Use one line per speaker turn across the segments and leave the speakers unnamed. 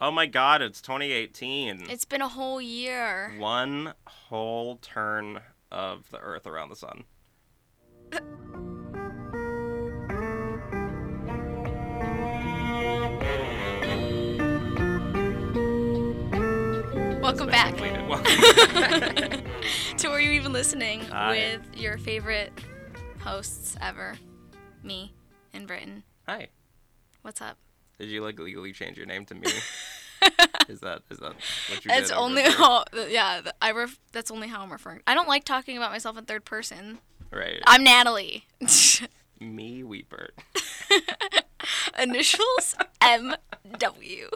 Oh my god, it's 2018.
It's been a whole year.
One whole turn of the Earth around the sun.
Welcome back
Completed. Well,
to Were You Even Listening
Hi.
with your favorite hosts ever, me and Britain.
Hi.
What's up?
Did you like legally change your name to me? is that is that what you
It's
did? over
only
there?
how, yeah. th- I ref, that's only how I'm referring. I don't like talking about myself in third person.
right.
I'm Natalie.
me Weepert.
Initials M W.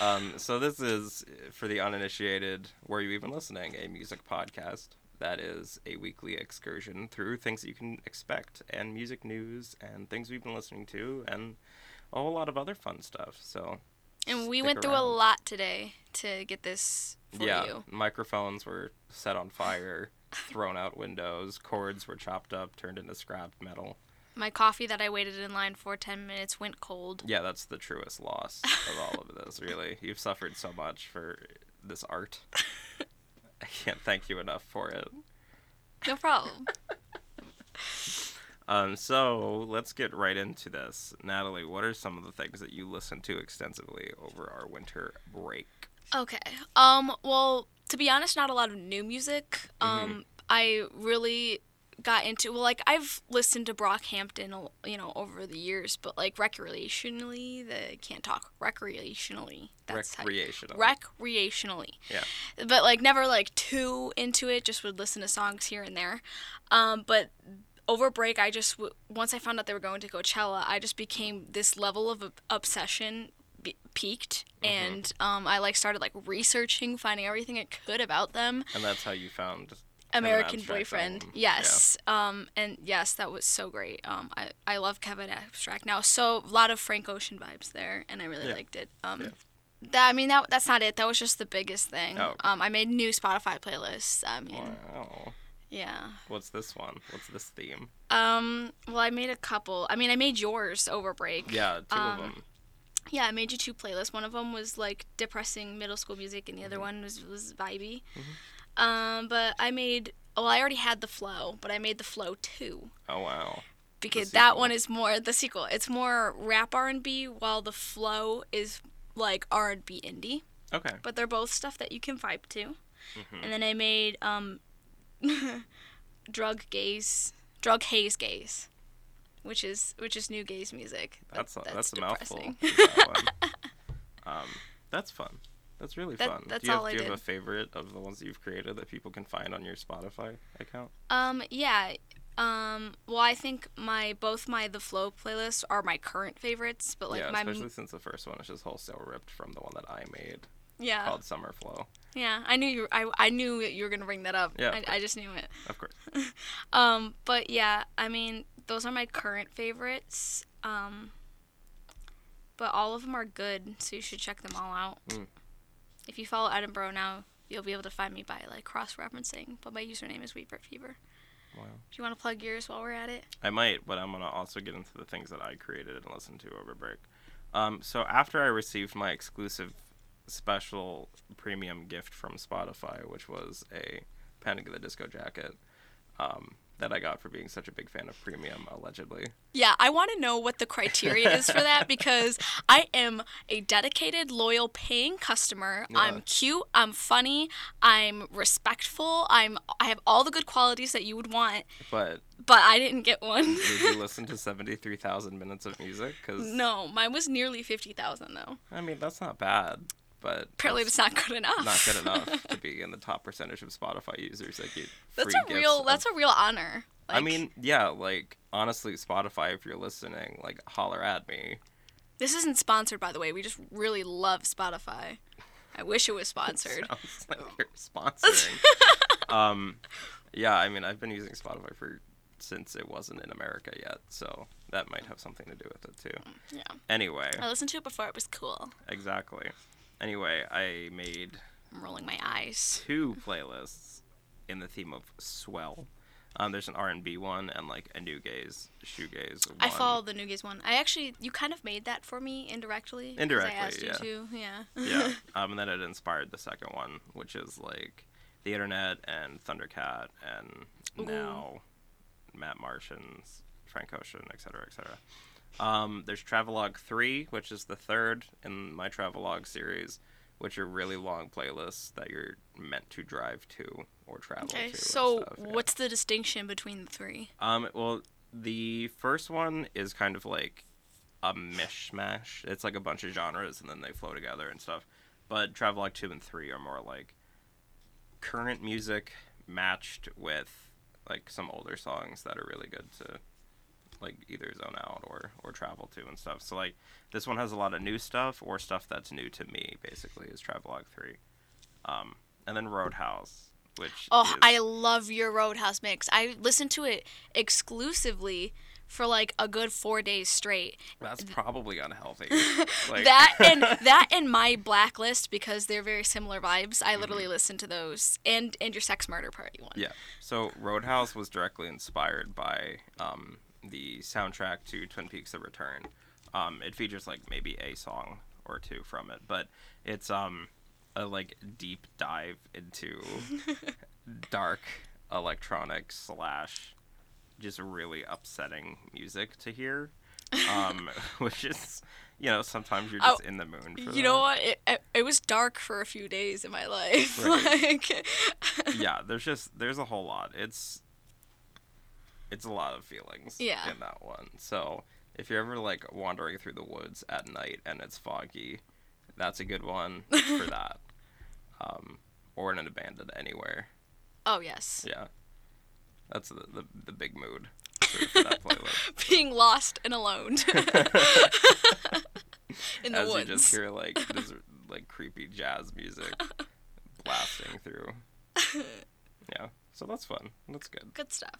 Um, so this is for the uninitiated. Were you even listening? A music podcast that is a weekly excursion through things that you can expect and music news and things we've been listening to and a whole lot of other fun stuff. So
And we
Stick
went through a
around.
lot today to get this for
yeah,
you.
microphones were set on fire, thrown out windows, cords were chopped up, turned into scrap metal.
My coffee that I waited in line for 10 minutes went cold.
Yeah, that's the truest loss of all of this, really. You've suffered so much for this art. I can't thank you enough for it.
No problem.
Um, so let's get right into this. Natalie, what are some of the things that you listened to extensively over our winter break?
Okay. Um. Well, to be honest, not a lot of new music. Um. I really got into well, like I've listened to Brockhampton, a l- you know, over the years, but like recreationally, the can't talk recreationally. That's how you-
Recreational.
recreationally.
Yeah.
But like never like too into it. Just would listen to songs here and there. Um. But over break, I just w- once I found out they were going to Coachella, I just became this level of ob- obsession be- peaked, and um, I like started like researching, finding everything I could about them.
and that's how you found Kevin
American
Abstract
Boyfriend,
album. Yeah.
yes, um, and yes, that was so great. Um, I I love Kevin Abstract now, so a lot of Frank Ocean vibes there, and I really
Yeah.
liked it. Um,
Yeah.
that I mean that that's not it. That was just the biggest thing.
Oh, okay.
Um, I made new Spotify playlists. I mean,
Wow.
yeah.
What's this one? What's this theme?
Um, well, I made a couple. I mean, I made yours over break.
Yeah, two of
Um,
them.
Yeah, I made you two playlists. One of them was like depressing middle school music, and the other
Mm-hmm.
one was was vibey. Um, but I made well, I already had the flow, but I made the flow two
Oh wow.
because
The
that
sequel.
one is more the sequel. It's more rap R and B, while the flow is like R and B indie.
Okay.
But they're both stuff that you can vibe to.
Mm-hmm.
And then I made um, drug gaze, drug haze gaze, which is which is new gaze music. That-
That's a, that's, a mouthful.
depressing.
that one. um, that's fun. That's really
That-
fun.
that's
do you have,
all I
do you have
did.
a favorite of the ones that you've created that people can find on your Spotify account?
Um, yeah. Um, well, I think my both my The Flow playlists are my current favorites, but like
yeah,
my
especially since the first one is just wholesale ripped from the one that I made
yeah
called Summer Flow.
yeah I knew you I I knew you were gonna bring that up.
Yeah, of
I, I just knew it.
Of course.
Um, but yeah, I mean those are my current favorites. Um, but all of them are good, so you should check them all out.
Mm.
If you follow Edinburgh now, you'll be able to find me by like cross referencing. But my username is Weepert Fever.
Wow.
If you want to plug yours while we're at it,
I might, but I'm gonna also get into the things that I created and listened to over break. Um, so after I received my exclusive special premium gift from Spotify, which was a Panic at the Disco jacket, um, that I got for being such a big fan of premium, allegedly.
Yeah, I want to know what the criteria is for that because I am a dedicated, loyal, paying customer.
Yeah.
I'm cute. I'm funny. I'm respectful. I'm. I have all the good qualities that you would want,
But
but I didn't get one.
did you listen to seventy three thousand minutes of music? Because
no, mine was nearly fifty thousand though.
I mean that's not bad, but
Apparently, that's not good enough.
not good enough to be in the top percentage of Spotify users that get
that's
free
a real.
gifts
That's a real honor.
I
Like,
mean, yeah, like honestly, Spotify, if you're listening, like holler at me.
this isn't sponsored, by the way. We just really love Spotify. I wish it was sponsored.
Sounds like
Oh.
you're sponsoring. um, yeah, I mean, I've been using Spotify for since it wasn't in America yet, so that might have something to do with it too.
Yeah,
Anyway,
I listened to it before. It was cool.
exactly. Anyway, I made
I'm rolling my eyes.
two playlists in the theme of swell. Um, there's an R and B one and like a new gaze, shoegaze. One.
I follow the New Gaze one. I actually, you kind of made that for me indirectly. 'cause
Indirectly,
I asked
yeah.
you to. Yeah.
yeah. Um, and then it inspired the second one, which is like the internet and Thundercat and
Ooh.
now Matt Martians, Frank Ocean, et cetera, et cetera. Um, there's Travelogue 3, which is the third in my Travelogue series, which are really long playlists that you're meant to drive to or travel to.
okay.
and
So,
stuff, yeah.
what's the distinction between the three?
Um, well, the first one is kind of like a mishmash. It's like a bunch of genres and then they flow together and stuff. But Travelogue 2 and 3 are more like current music matched with like some older songs that are really good to like either zone out or or travel to and stuff. So like this one has a lot of new stuff or stuff that's new to me basically is Travelogue 3. Um, and then Roadhouse, which
Oh,
is-
I love your Roadhouse mix. I listened to it exclusively for like a good four days straight.
that's probably unhealthy. Like,
that and that and my blacklist because they're very similar vibes. I literally listened to those and and your sex murder party one.
Mm-hmm. Yeah. So Roadhouse was directly inspired by um, the soundtrack to Twin Peaks: The Return. Um, it features like maybe a song or two from it, but it's um, a like deep dive into dark electronic slash just really upsetting music to hear, um, which is you know sometimes you're just in the mood. For
Oh, You know
that.
what? It, it, it was dark for a few days in my life.
Right.
Like,
yeah, there's just there's a whole lot. It's it's a lot of feelings
Yeah.
in that one. So if you're ever like wandering through the woods at night and it's foggy, that's a good one for that. Um, or in an abandoned anywhere.
oh yes,
Yeah, that's the the, the big mood for, for that playlist.
being lost and alone in the
As
woods.
you just hear like this like creepy jazz music blasting through. Yeah, so that's fun. That's good.
Good stuff.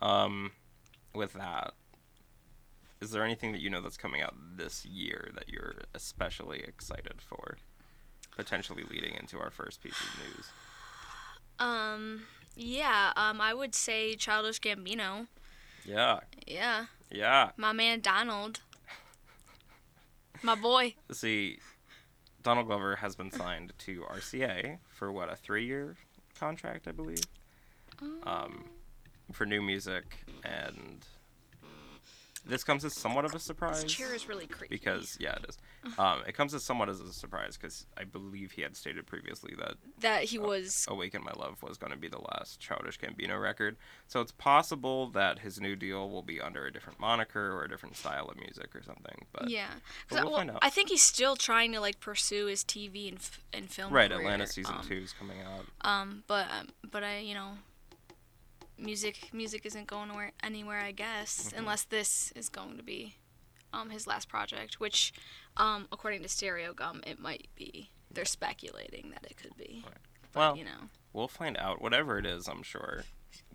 Um, with that, is there anything that you know that's coming out this year that you're especially excited for? Potentially leading into our first piece of news.
Um, yeah. Um, I would say Childish Gambino.
Yeah,
Yeah,
yeah.
my man Donald, my boy.
See, Donald Glover has been signed to RCA for what a three-year contract, I believe, um, for new music, and this comes as somewhat of a surprise.
This chair is really creepy.
because yeah it is um, it comes as somewhat as a surprise because i believe he had stated previously that
that
Oh,
he was
awaken my love was going to be the last childish gambino record so it's possible that his new deal will be under a different moniker or a different style of music or something but
Yeah,
but
'Cause I-
we'll
well,
find out.
I think he's still trying to like pursue his TV and f- and film.
right
career,
atlanta season
um,
two is coming out
Um, but um, but I you know, music music isn't going where, anywhere I guess
Mm-hmm.
unless this is going to be, um, his last project, which, um, according to Stereo Gum, it might be. They're speculating that it could be. But,
well
you know,
we'll find out whatever it is i'm sure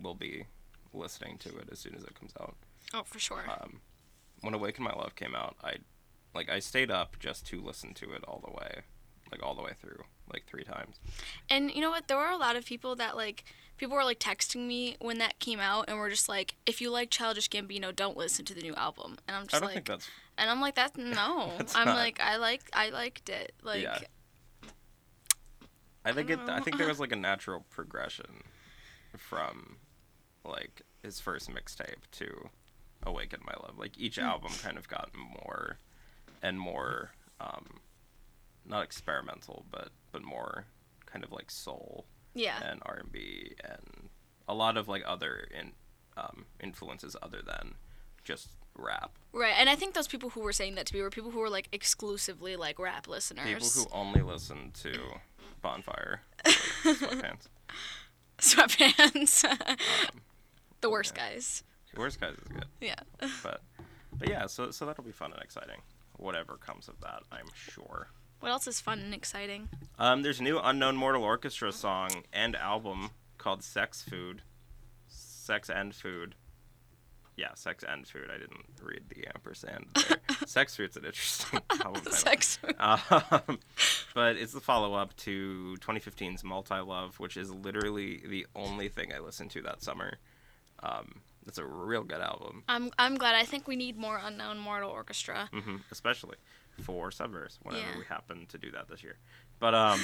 we'll be listening to it as soon as it comes out
oh for sure.
um, when awaken my love came out i like i stayed up just to listen to it all the way like all the way through like three times
And you know what? There were a lot of people that like people were like texting me when that came out and were just like, if you like Childish Gambino, don't listen to the new album. And I'm just
I don't
like,
think that's
and I'm like, that's no.
That's
I'm
not-
like, I like, I liked it. Like,
Yeah. I think it,
don't
I
know.
think there was like a natural progression from like his first mixtape to Awaken My Love. Like each album kind of got more and more um not experimental but but more kind of like soul
yeah,
and R&B and a lot of like other in um influences other than just rap.
right. And I think those people who were saying that to me were people who were like exclusively like rap listeners.
People who only listen to Bonfire or Sweatpants.
sweatpants,
Um,
the worst
yeah.
guys.
Worst Guys is good.
Yeah.
but but yeah, so so that'll be fun and exciting. Whatever comes of that, I'm sure.
What else is fun and exciting?
Um, there's a new Unknown Mortal Orchestra song and album called Sex Food. Sex and Food. Yeah, Sex and Food. I didn't read the ampersand there. Sex Food's an interesting album title.
Sex.
Um, but it's the follow up to 2015's Multi Love, which is literally the only thing I listened to that summer. Um, it's a real good album,
I'm I'm glad. I think we need more Unknown Mortal Orchestra.
hmm especially for Subverse, whenever
Yeah.
we happen to do that this year. But um,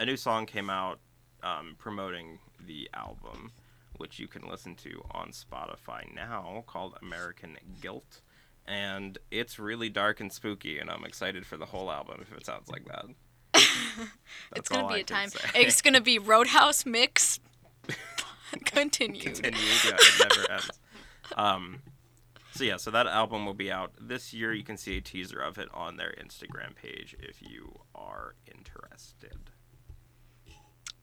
a new song came out um, promoting the album, which you can listen to on Spotify now, called American Guilt. And it's really dark and spooky, and I'm excited for the whole album if it sounds like that.
it's
That's
gonna
all
be
I
a
can
time.
say.
It's gonna be Roadhouse mix. Continued.
continues. Yeah, it never ends. Um, so yeah, so that album will be out this year. You can see a teaser of it on their Instagram page if you are interested.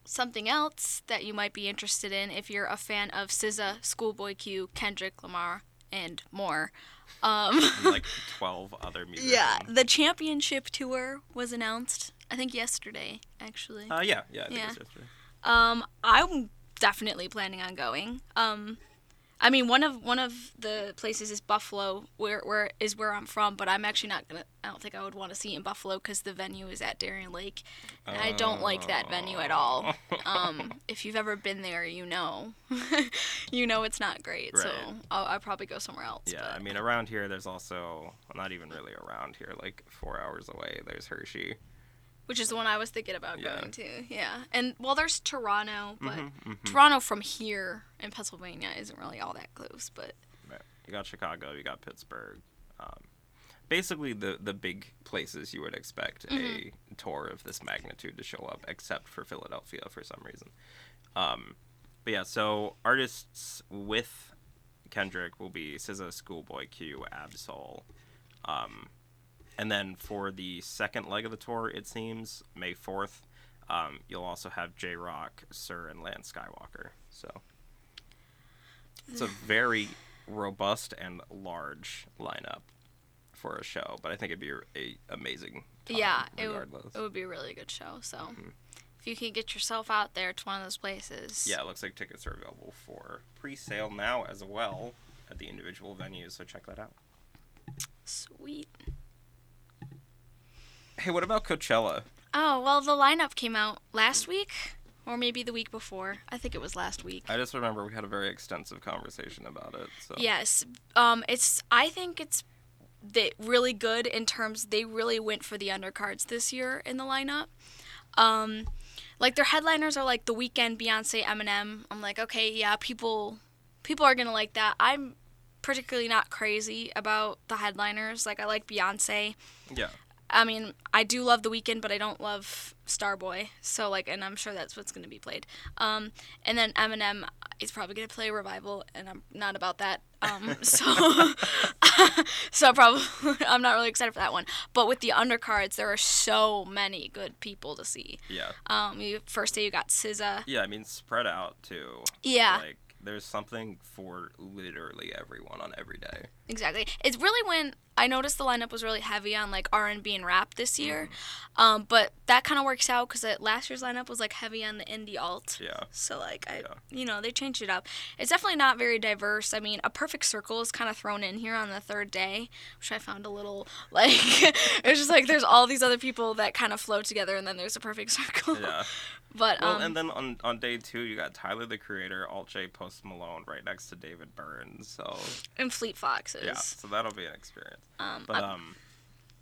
Something else that you might be interested in if you're a fan of SZA, Schoolboy Q, Kendrick Lamar, and more. Um,
And, like twelve other musicians.
yeah, the championship tour was announced. I think yesterday, actually.
Uh, yeah, yeah. I think
Yeah.
it's yesterday.
Um, I'm definitely planning on going. Um, I mean, one of one of the places is Buffalo, where where is where I'm from. But I'm actually not gonna. I don't think I would want to see it in Buffalo because the venue is at Darien Lake, and I don't like that venue at all. Um, if you've ever been there, you know, you know it's not great. So
Right.
I'll, I'll probably go somewhere else.
Yeah,
but-
I mean, around here, there's also well, not even really around here. Like four hours away, there's Hershey.
which is the one I was thinking about
Yeah.
going to. Yeah, and well, there's Toronto, but
Mhm, mhm.
Toronto from here in Pennsylvania isn't really all that close. But
Right. You got Chicago, you got Pittsburgh. Um, basically, the, the big places you would expect a tour of this magnitude to show up, except for Philadelphia for some reason. Um, but yeah, so artists with Kendrick will be SZA, Schoolboy Q, Absol. Um, and then for the second leg of the tour, it seems, May 4th, um, you'll also have J Rock, Sir, and Lance Skywalker. So it's a very robust and large lineup for a show, but I think it'd be a amazing time
yeah, it would,
Oh, regardless. Mm-hmm.
it would be a really good show. So if you can get yourself out there to one of those places,
Yeah, it looks like tickets are available for pre-sale now as well at the individual venues, so check that out.
sweet.
Hey, what about Coachella?
Oh well, the lineup came out last week, or maybe the week before. I think it was last week.
I just remember we had a very extensive conversation about it. So
Yes. Um, it's. I think it's they really good in terms. They really went for the undercards this year in the lineup. Um, like their headliners are like The Weeknd, Beyonce, Eminem. I'm like, okay, yeah, people, people are gonna like that. I'm particularly not crazy about the headliners. Like I like Beyonce.
yeah,
I mean, I do love The Weeknd, but I don't love Starboy. So like, and I'm sure that's what's gonna be played. Um, and then Eminem is probably gonna play Revival, and I'm not about that. Um, so, so probably I'm not really excited for that one. But with the undercards, there are so many good people to see.
yeah,
Um, you, first day you got SZA.
yeah. I mean, spread out too.
Yeah,
Like, there's something for literally everyone on every day.
exactly. It's really when I noticed the lineup was really heavy on like R and B and rap this year, um, but that kind of works out because last year's lineup was like heavy on the indie alt.
Yeah,
So like I,
Yeah.
you know, they changed it up. It's definitely not very diverse. I mean, a perfect circle is kind of thrown in here on the third day, which I found a little like it's just like there's all these other people that kind of flow together, and then there's a perfect circle.
yeah.
But
Well,
um,
and then on, on day two, you got Tyler the Creator, Alt J, Post Malone, right next to David Burns. So
and Fleet Foxes.
yeah, so that'll be an experience.
Um,
But
I-
um,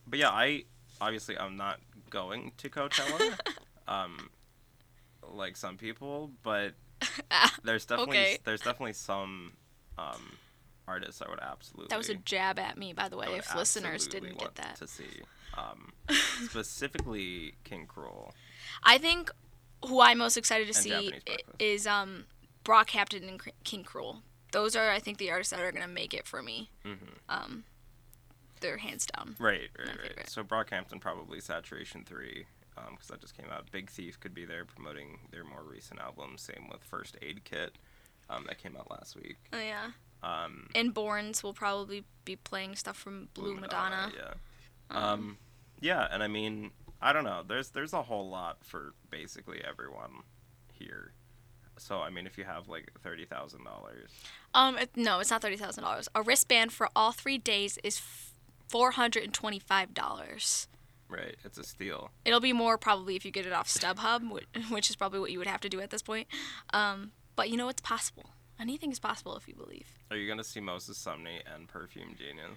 but yeah, I obviously I'm not going to Coachella, um, like some people, but there's definitely
Okay.
there's definitely some um artists I would absolutely
that was a jab at me, by the
I
way,
would
if listeners
Oh, absolutely
didn't
want
get that.
to see um specifically King Cruel.
I think who I'm most excited to
And
see
Japanese
i-
breakfast.
is um, Brock Hampton and K- King Cruel. Those are, I think, the artists that are gonna make it for me.
Mhm.
Um, they're hands down.
Right, right,
My
right.
favorite.
So Brockhampton probably Saturation Three, because that just came out. Big Thief could be there promoting their more recent album. Same with First Aid Kit, um, that came out last week.
Oh yeah.
Um,
And Borns will probably be playing stuff from Blue, Madonna.
Yeah. Um, yeah, and I mean, I don't know. There's there's a whole lot for basically everyone here. So I mean, if you have like thirty thousand dollars,
Um, it, no, it's not thirty thousand dollars. A wristband for all three days is four hundred and twenty-five dollars.
Right. It's a steal.
It'll be more probably if you get it off StubHub, wh- which is probably what you would have to do at this point. Um, but you know, it's possible. Anything is possible if you believe.
Are you gonna see Moses Sumney and Perfume Genius?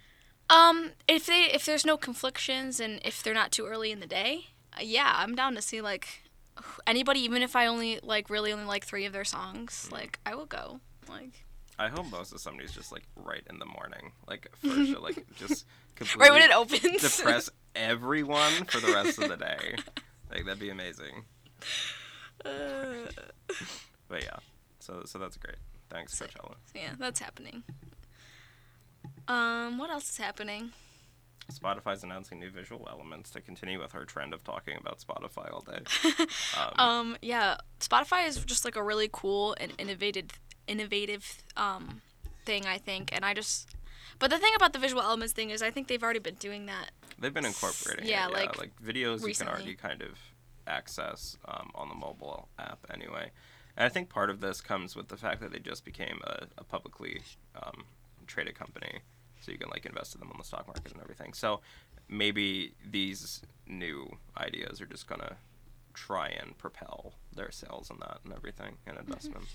Um, if they if there's no conflictions and if they're not too early in the day, uh, yeah, I'm down to see like anybody, even if I only like really only like three of their songs, like I will go. Like
I hope Moses Sumney's just like right in the morning, like first, show, like just completely
right when it opens.
depress everyone for the rest of the day. Like that'd be amazing.
Uh,
But yeah, so so that's great. Thanks, Coachella.
so yeah, that's happening. Um, what else is happening?
Spotify's announcing new visual elements to continue with her trend of talking about Spotify all day. Um,
Um, yeah, Spotify is just like a really cool and innovative, innovative um, thing I think, and I just. But the thing about the visual elements thing is, I think they've already been doing that.
they've been incorporating it,
yeah,
yeah,
like,
like, videos you can
recently.
already kind of access um, on the mobile app anyway. And I think part of this comes with the fact that they just became a, a publicly um, traded company, so you can like invest in them on the stock market and everything. So maybe these new ideas are just gonna try and propel their sales and that and everything and
Mm-hmm.
investments.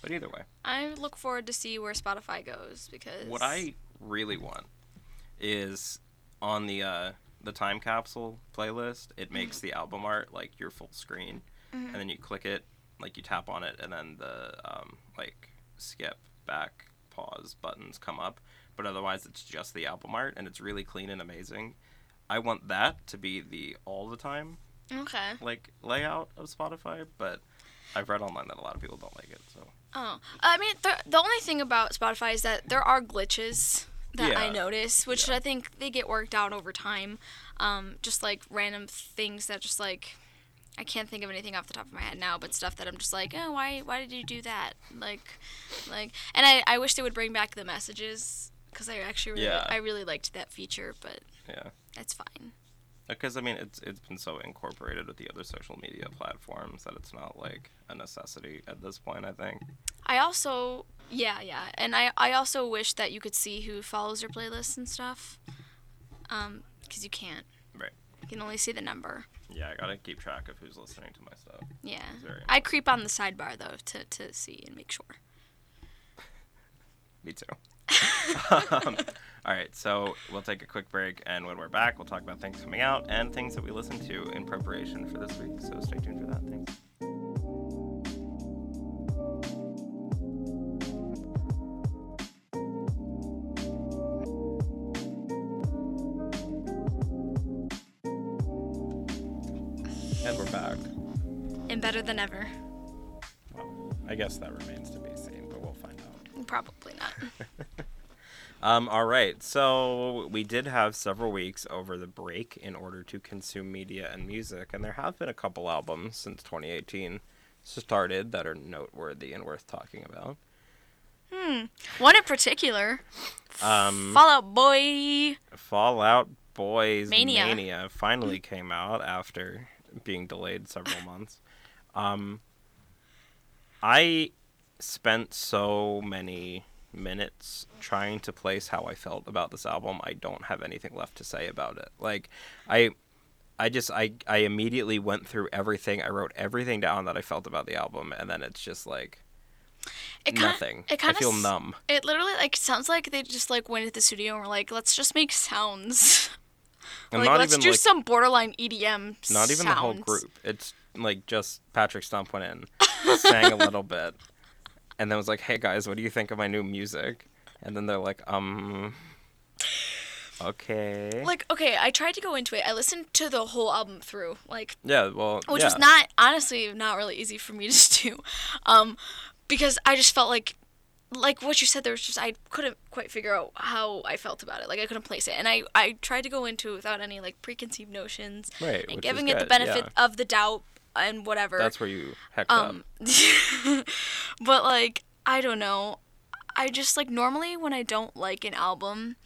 But either way.
I look forward to see where Spotify goes because
What I really want is on the uh, the time capsule playlist. It makes the album art like your full screen, and then you click it, like you tap on it, and then the um, like skip back pause buttons come up. But otherwise, it's just the album art, and it's really clean and amazing. I want that to be the all the time
okay.
like layout of Spotify, but I've read online that a lot of people don't like it. So
Oh, I mean, the the only thing about Spotify is that there are glitches that I
Yeah.
notice, which
Yeah.
I think they get worked out over time. Um, just like random things that just like I can't think of anything off the top of my head now, but stuff that I'm just like, oh, why why did you do that? Like, like, and I, I wish they would bring back the messages because I actually really,
Yeah.
I really liked that feature, but
yeah.
that's fine.
Because I mean, it's it's been so incorporated with the other social media platforms that it's not like a necessity at this point. I think.
I also yeah yeah, and I I also wish that you could see who follows your playlists and stuff, um, because you can't.
Right.
You can only see the number.
Yeah, I gotta keep track of who's listening to my stuff.
Yeah.
Very
I creep on the sidebar though to to see and make sure.
Me too. um, all right, so we'll take a quick break, and when we're back, we'll talk about things coming out and things that we listened to in preparation for this week. So stay tuned for that. Thanks. And we're back.
And better than ever.
Well, I guess that remains to be seen, but we'll find out.
Probably not.
Um, all right. So we did have several weeks over the break in order to consume media and music, and there have been a couple albums since 2018 started that are noteworthy and worth talking about.
One in particular,
Um,
Fall Out Boy.
Fallout Boy's
Mania.
Mania. finally came out after being delayed several months. Um, I spent so many minutes trying to place how I felt about this album. I don't have anything left to say about it. Like, I. I just I I immediately went through everything. I wrote everything down that I felt about the album and then it's just like
It kinda,
nothing.
It
I
kind
feel
of
numb.
It literally like sounds like they just like went into the studio and were like, let's just make sounds.
And
like
not
let's
even
do
like
some borderline E EDM.
Not even the whole
sounds.
group. It's like just Patrick Stump went in, sang a little bit, and then was like, "Hey guys, what do you think of my new music?" And then they're like, "Um, okay."
Like okay, I tried to go into it. I listened to the whole album through. Like
yeah, well,
which
yeah.
was not honestly not really easy for me to do um because i just felt like like what you said there was just i couldn't quite figure out how i felt about it like i couldn't place it and i i tried to go into it without any like preconceived notions
Right,
and
which is
giving it the
good,
benefit
yeah.
of the doubt and whatever
That's where you hecked
um but like i don't know i just like normally when i don't like an album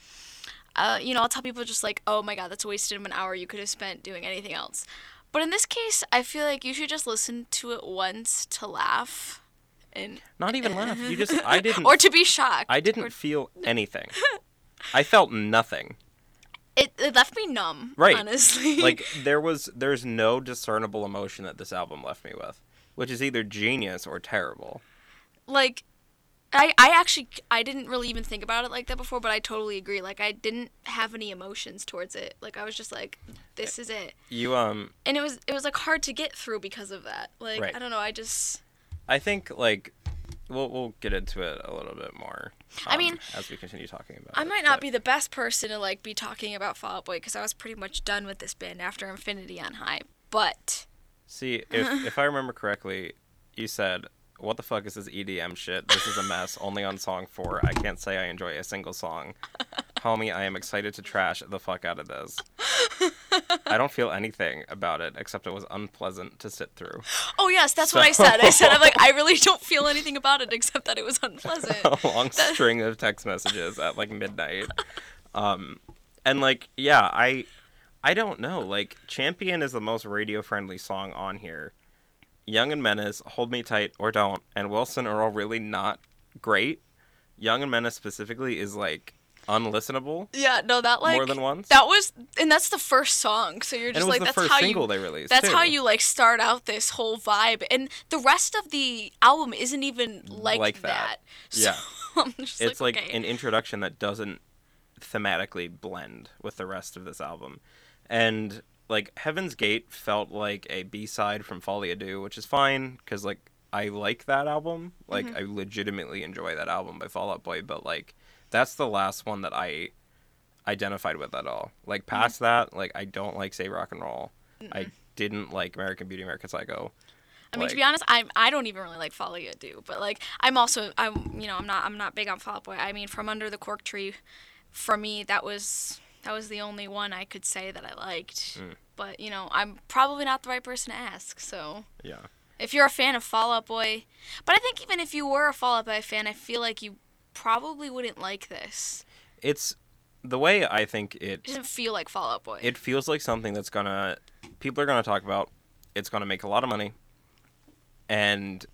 uh, you know i'll tell people just like oh my god that's a wasted of an hour you could have spent doing anything else but in this case i feel like you should just listen to it once to laugh and
up. Not even laugh. You just I didn't
or to be shocked
I didn't feel anything. I felt nothing.
It, it left me numb.
Right.
Honestly.
like there was there's no discernible emotion that this album left me with, which is either genius or terrible.
like I, I actually I didn't really even think about it like that before, but I totally agree. Like I didn't have any emotions towards it. Like I was just like, this is it,
You um
and it was it was like hard to get through because of that. Like
Right.
I don't know. I just
I think like we'll we'll get into it a little bit more.
I
um,
mean,
as we continue talking about
I
it,
might not
but-
be the best person to like be talking about Fall Out Boy because I was pretty much done with this band after Infinity on High. But
See, if if I remember correctly, you said, "What the fuck is this EDM shit? This is a mess. Only on song four, I can't say I enjoy a single song." Homie, I am excited to trash the fuck out of this. I don't feel anything about it except it was unpleasant to sit through.
oh yes, that's what I said. I said I'm like I really don't feel anything about it except that it was unpleasant.
a long string of text messages at like midnight. Um, and like, yeah, I, I don't know. Like, Champion is the most radio friendly song on here. Young and Menace, Hold Me Tight or Don't, and Wilson are all really not great. Young and Menace specifically is like unlistenable.
Yeah, no, that like
More than once?
That was, and that's the first song. So you're
And it
just
was
like,
the
that's
first
how
single
you.
they released.
that's
too.
how you like start out this whole vibe, and the rest of the album isn't even like,
Like that.
So
Yeah.
I'm just
it's like,
okay.
an introduction that doesn't thematically blend with the rest of this album and like heaven's gate felt like a b-side from folly ado which is fine because like i like that album like
Mm-hmm.
i legitimately enjoy that album by fall out boy but like that's the last one that i identified with at all like
Mm-hmm.
past that like i don't like say rock and roll i didn't like american beauty american psycho
I mean, to be
like-
honest, I'm I don't even really like Folly Do, but like I'm also I'm you know I'm not I'm not big on Fall Out Boy. I mean, From Under the Cork Tree, for me that was that was the only one I could say that I liked.
Mm.
But you know, I'm probably not the right person to ask. So.
yeah
if you're a fan of Fall Out Boy. But I think even if you were a Fall Out Boy fan, I feel like you probably wouldn't like this.
it's the way i think it
It doesn't feel like Fall Out Boy.
it feels like something that's gonna people are gonna talk about it's gonna make a lot of money and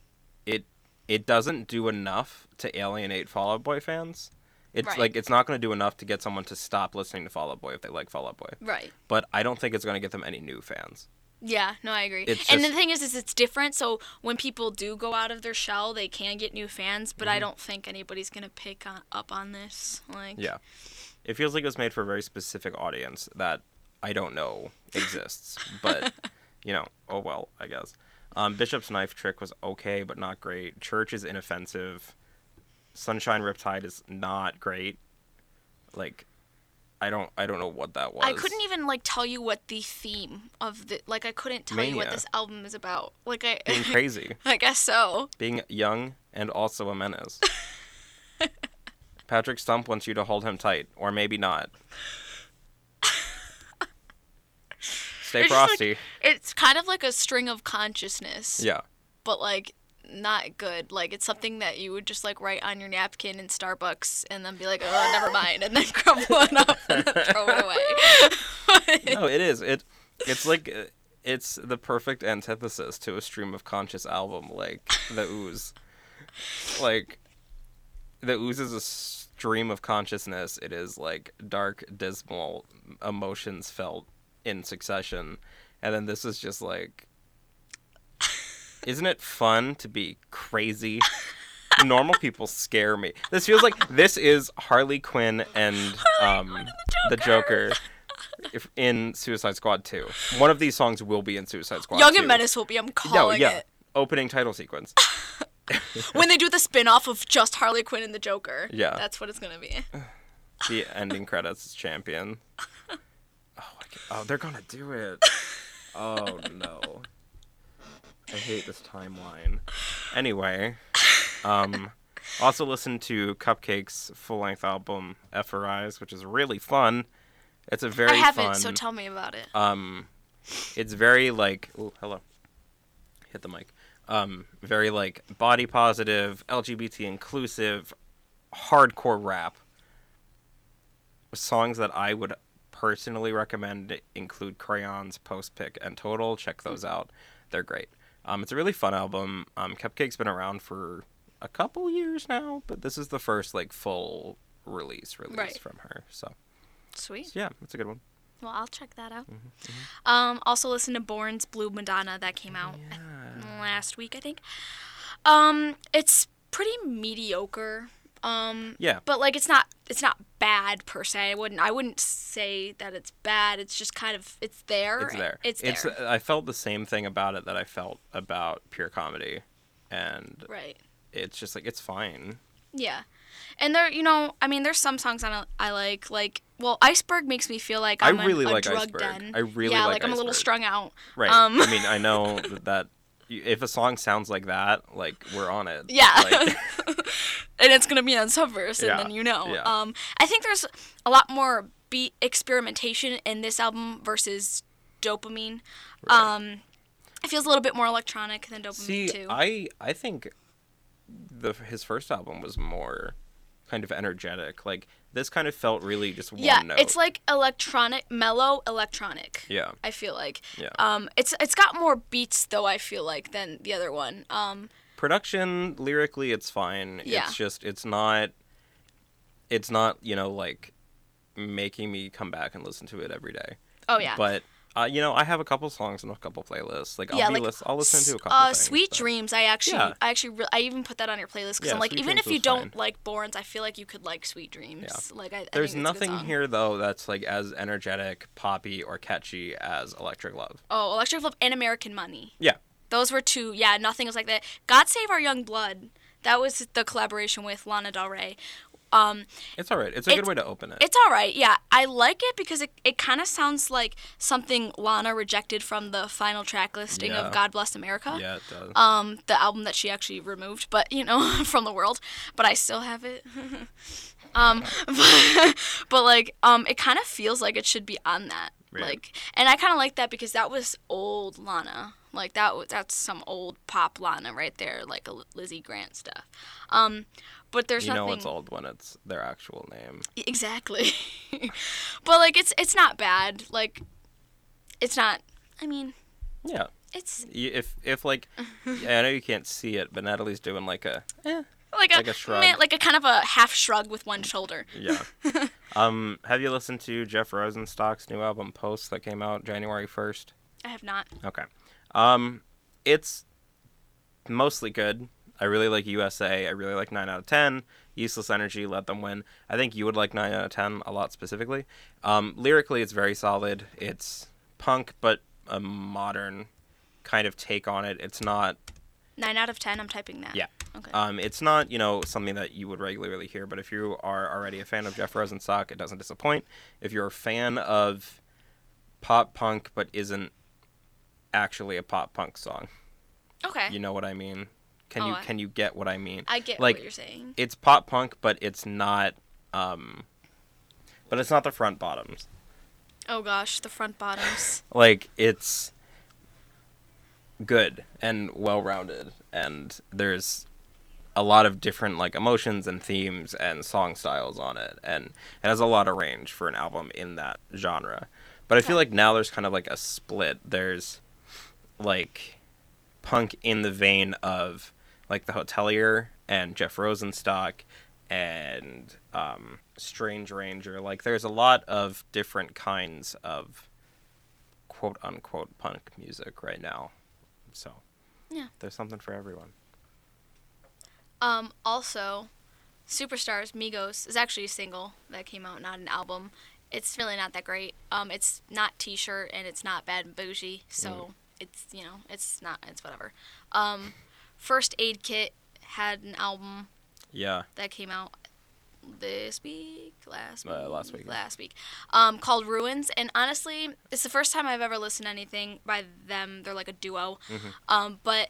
it it doesn't do enough to alienate fall out boy fans it's
Right.
like it's not gonna do enough to get someone to stop listening to fall out boy if they like fall out boy
right.
but i don't think it's gonna get them any new fans
Yeah, no, I agree.
It's
and
just-
the thing is, is it's different. So when people do go out of their shell, they can get new fans. But
Mm-hmm.
I don't think anybody's gonna pick on, up on this. Like,
yeah it feels like it was made for a very specific audience that i don't know exists but you know oh well i guess um, bishop's knife trick was okay but not great church is inoffensive sunshine riptide is not great like i don't i don't know what that was
I couldn't even like tell you what the theme of the like I couldn't tell you what
Mania.
this album is about. Like I,
being crazy
I guess so.
being young and also a menace patrick stump wants you to hold him tight or maybe not stay
It's just like-
frosty
It's kind of like a string of consciousness.
yeah
but like not good. Like it's something that you would just like write on your napkin in Starbucks and then be like, oh, never mind, and then crumble it up and then throw it away.
no, it is. It it's like uh, it's the perfect antithesis to a stream of conscious album like the ooze. Like the ooze is a stream of consciousness. It is like dark, dismal emotions felt in succession, and then this is just like. Isn't it fun to be crazy? Normal people scare me. This feels like this is Harley Quinn and um, the Joker if- in Suicide Squad 2. One of these songs will be in Suicide Squad
Young
2.
and Menace will be. I'm
No,
calling
yeah.
it
Opening title sequence.
when they do the spin off of just Harley Quinn and the Joker.
Yeah.
that's what it's gonna be.
the ending credits is Champion. Oh, I can- oh, they're gonna do it. Oh no. I hate this timeline. Anyway, um, also listen to Cupcake's full length album FRIs, which is really fun. It's a very
I haven't,
fun.
so tell me about it.
um it's very like ooh, hello hit the mic um very like body positive lgbt inclusive hardcore rap songs that i would personally recommend include crayons post pick and total check those out they're great um it's a really fun album um cupcake's been around for a couple years now but this is the first like full release release
Right.
from her so
Sweet.
So yeah, it's a good one.
Well, I'll check that out.
Mm-hmm,
Um, also listen to Born's Blue Madonna that
Oh,
came out I th- last week, I think. Um, it's pretty mediocre. Um,
Yeah.
but like it's not it's not bad per se. I wouldn't I wouldn't say that it's bad. It's just kind of it's there.
It's there.
It's there.
I felt the same thing about it that I felt about pure comedy, and
right.
it's just like it's fine.
Yeah. And there, you know, I mean, there's some songs I, don't- I like. Like, well, Iceberg makes me feel like
I
I'm in
really
a
like
drug
Iceberg.
den.
I really
yeah,
like
like, I'm a little
Iceberg.
strung out.
Right.
Um,
I mean, I know that, that y- if a song sounds like that, like we're on it.
Yeah.
Like,
and it's gonna be on Subverse,
Yeah,
and then you know.
yeah.
Um, I think there's a lot more beat experimentation in this album versus Dopamine.
Right.
Um, it feels a little bit more electronic than Dopamine
see,
too.
I I think the his first album was more kind of energetic. Like this kind of felt really just one
yeah,
note.
it's like electronic, mellow electronic.
yeah,
I feel like.
yeah.
Um, it's it's got more beats though. I feel like than the other one. Um,
Production lyrically, it's fine.
Yeah.
It's just it's not. It's not you know like making me come back and listen to it every day.
oh yeah.
But uh, you know, I have a couple songs and a couple playlists. Like I'll
Yeah,
be
like,
lis- I'll listen to a
S-
couple.
Uh,
things,
Sweet
but-
Dreams. I actually,
Yeah.
I actually, re- I even put that on your playlist because
Yeah,
I'm like,
Sweet
even
Dreams
if you
was fine.
don't like Borns, I feel like you could like Sweet Dreams. Like, I, I
There's
think that's a good
nothing
song.
here though that's like as energetic, poppy, or catchy as Electric Love.
Oh, Electric Love and American Money.
Yeah,
Those were two. Yeah, nothing was like that. God Save Our Young Blood. That was the collaboration with Lana Del Rey. Um,
it's all right. It's a good
It's-
way to open it.
it's all right. Yeah, I like it because it, it kind of sounds like something Lana rejected from the final track listing
Yeah.
of God Bless America.
yeah, it does.
um, the album that she actually removed, but you know, from the world. But I still have it. um, but, but like, um, it kind of feels like it should be on that.
Right.
Like, and I kind of like that because that was old Lana. Like that, wa- that's some old pop Lana right there, like a Li- Lizzie Grant stuff. Um, but there's
you know
nothing e,
it's old when it's their actual name.
exactly. but like, it's it's not bad. Like, it's not. I mean,
Yeah,
it's
Y- if if like I know you can't see it, but Natalie's doing like a eh.
like a,
Like a shrug.
meh, like a kind of a half shrug with one shoulder.
yeah. um, have you listened to Jeff Rosenstock's new album Post that came out January first?
I have not.
Okay. Um, it's mostly good. I really like USA. I really like 9 out of 10. Useless Energy, Let Them Win. I think you would like 9 out of 10 a lot specifically. Um, lyrically, it's very solid. It's punk, but a modern kind of take on it. It's not
Nine out of ten. I'm typing that.
Yeah.
Okay.
um, it's not, you know, something that you would regularly hear, but if you are already a fan of Jeff Rosenstock, it doesn't disappoint. If you're a fan of pop punk but isn't actually a pop punk song,
okay.
you know what I mean? Can
Eh. Oh,
you
I-
can you get what I mean?
I get
like
what you're saying.
it's pop punk, but it's not um but it's not the front bottoms.
Oh gosh, the front bottoms.
Like it's good and well rounded and there's a lot of different like emotions and themes and song styles on it and it has a lot of range for an album in that genre. But I feel like now there's kind of like a split. There's like punk in the vein of like the hotelier and jeff rosenstock and um, strange ranger like there's a lot of different kinds of quote unquote punk music right now so
Yeah.
there's something for everyone
um. Also, Superstars Migos is actually a single that came out, not an album. It's really not that great. Um. It's not T-shirt and it's not Bad and Bougie, so
Mm-hmm.
it's you know it's not it's whatever. Um, First Aid Kit had an album
yeah
that came out this week, last week,
Uh, last week, yeah.
last week, um, called Ruins. And honestly, it's the first time I've ever listened to anything by them. They're like a duo,
Mm-hmm.
um, but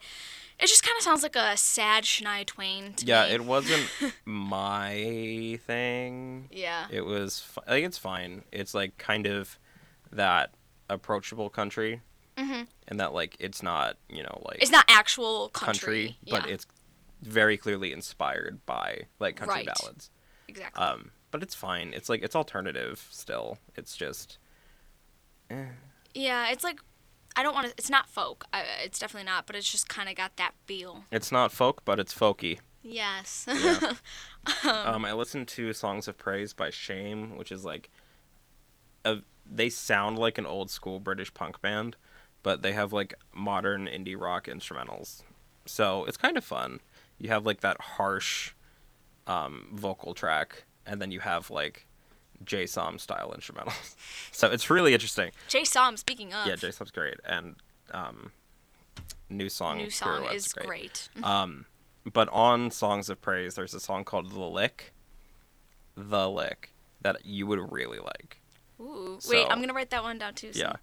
it just kind of sounds like a sad Shania Twain. To
yeah
me.
it wasn't my thing
yeah,
it was fi- like it's fine it's like kind of that approachable country
Mhm.
and that like it's not you know like
it's not actual country,
country, but
yeah,
it's very clearly inspired by like country
Right.
ballads.
exactly.
Um, but it's fine. It's like it's alternative still. It's just
yeah, it's like I don't want to. It's not folk. I, it's definitely not. But it's just kind of got that feel.
it's not folk, but it's folky.
Yes.
Um, Yeah. um, I listened to "Songs of Praise" by Shame, which is like a, they sound like an old school British punk band, but they have like modern indie rock instrumentals. So it's kind of fun. You have like that harsh um, vocal track, and then you have like J Som style instrumentals. so it's really interesting.
Jay Som, speaking of.
Yeah, J Som's great, and um, new song
New song
Pirouette's
is great.
but on Songs of Praise, there's a song called The Lick. The Lick. That you would really like.
Ooh. Wait,
So-
I'm going to write that one down too. So
Yeah.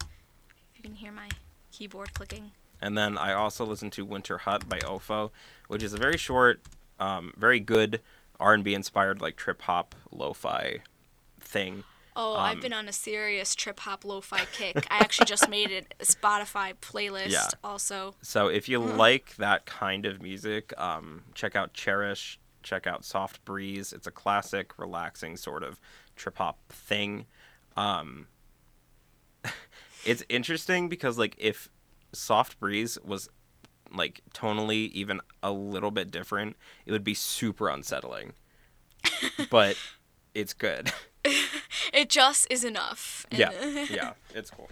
You can hear my keyboard clicking.
And then I also listened to Winter Hut by Ofo, which is a very short, um, very good R&B inspired like trip hop lo-fi thing.
Oh,
Um,
I've been on a serious trip hop lo-fi kick. I actually just made it a Spotify playlist
Yeah.
also.
So if you like that kind of music, um, check out Cherish, check out Soft Breeze. It's a classic, relaxing sort of trip hop thing. Um, it's interesting because like if Soft Breeze was like tonally even a little bit different, it would be super unsettling. but it's good.
It just is enough. And-
Yeah, yeah, it's cool.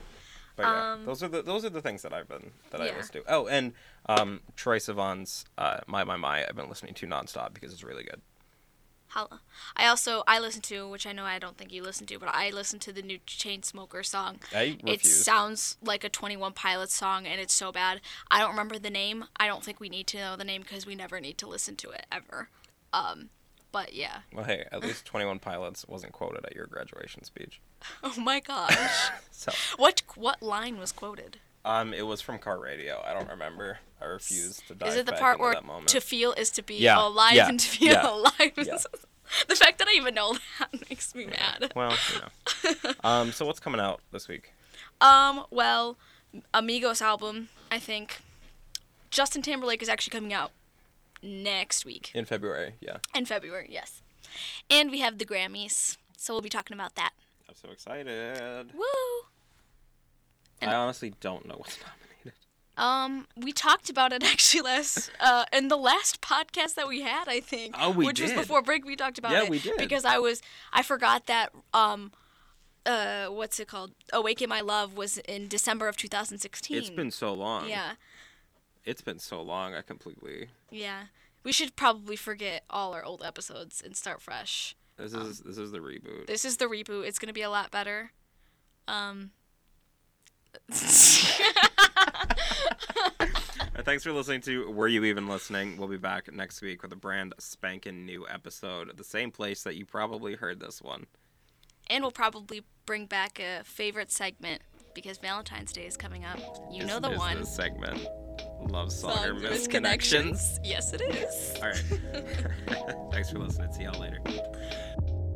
But yeah,
Um,
those are the those are the things that I've been that I
yeah.
listen to. Oh, and um, Troy Sivan's uh, "My My My" I've been listening to nonstop because it's really good.
Holla. I also I listen to, which I know I don't think you listen to, but I listen to the new Chainsmoker song.
I
It
refuse.
sounds like a 21 Pilots song, and it's so bad. I don't remember the name. I don't think we need to know the name because we never need to listen to it ever. Um, but yeah.
well, hey, at least Twenty One Pilots wasn't quoted at your graduation speech.
Oh my gosh.
So,
what what line was quoted?
um, it was from Car Radio. I don't remember. I refuse to dive
Is it the
back
part
into
where
that moment.
to feel is to be
Yeah,
alive
yeah,
and to feel
yeah,
alive? is-
yeah.
the fact that I even know that makes me mad.
well, you know. um, so what's coming out this week?
Um, well, Amigos album, I think. Justin Timberlake is actually coming out next week
In February, yeah.
in February, yes. And we have the Grammys, so we'll be talking about that.
I'm so excited.
Woo! And-
I honestly don't know what's nominated.
Um, we talked about it actually last uh, in the last podcast that we had, I think.
Oh, we
which was
did.
before break. We talked about
Yeah,
it.
we did.
Because I was I forgot that um, uh, what's it called? Awaken My Love was in December of 2016.
It's been so long.
yeah,
It's been so long. I completely
yeah. We should probably forget all our old episodes and start fresh.
This is this is the reboot.
This is the reboot. It's gonna be a lot better. Um.
Uh, Thanks for listening to Were You Even Listening? We'll be back next week with a brand spankin' new episode at the same place that you probably heard this one.
And we'll probably bring back a favorite segment because Valentine's Day is coming up. You
Is-
know the
is
one.
The segment Love Song or
Songs,
Misconnections.
Misconnections. Yes, it is.
All right. Thanks for listening. See y'all later.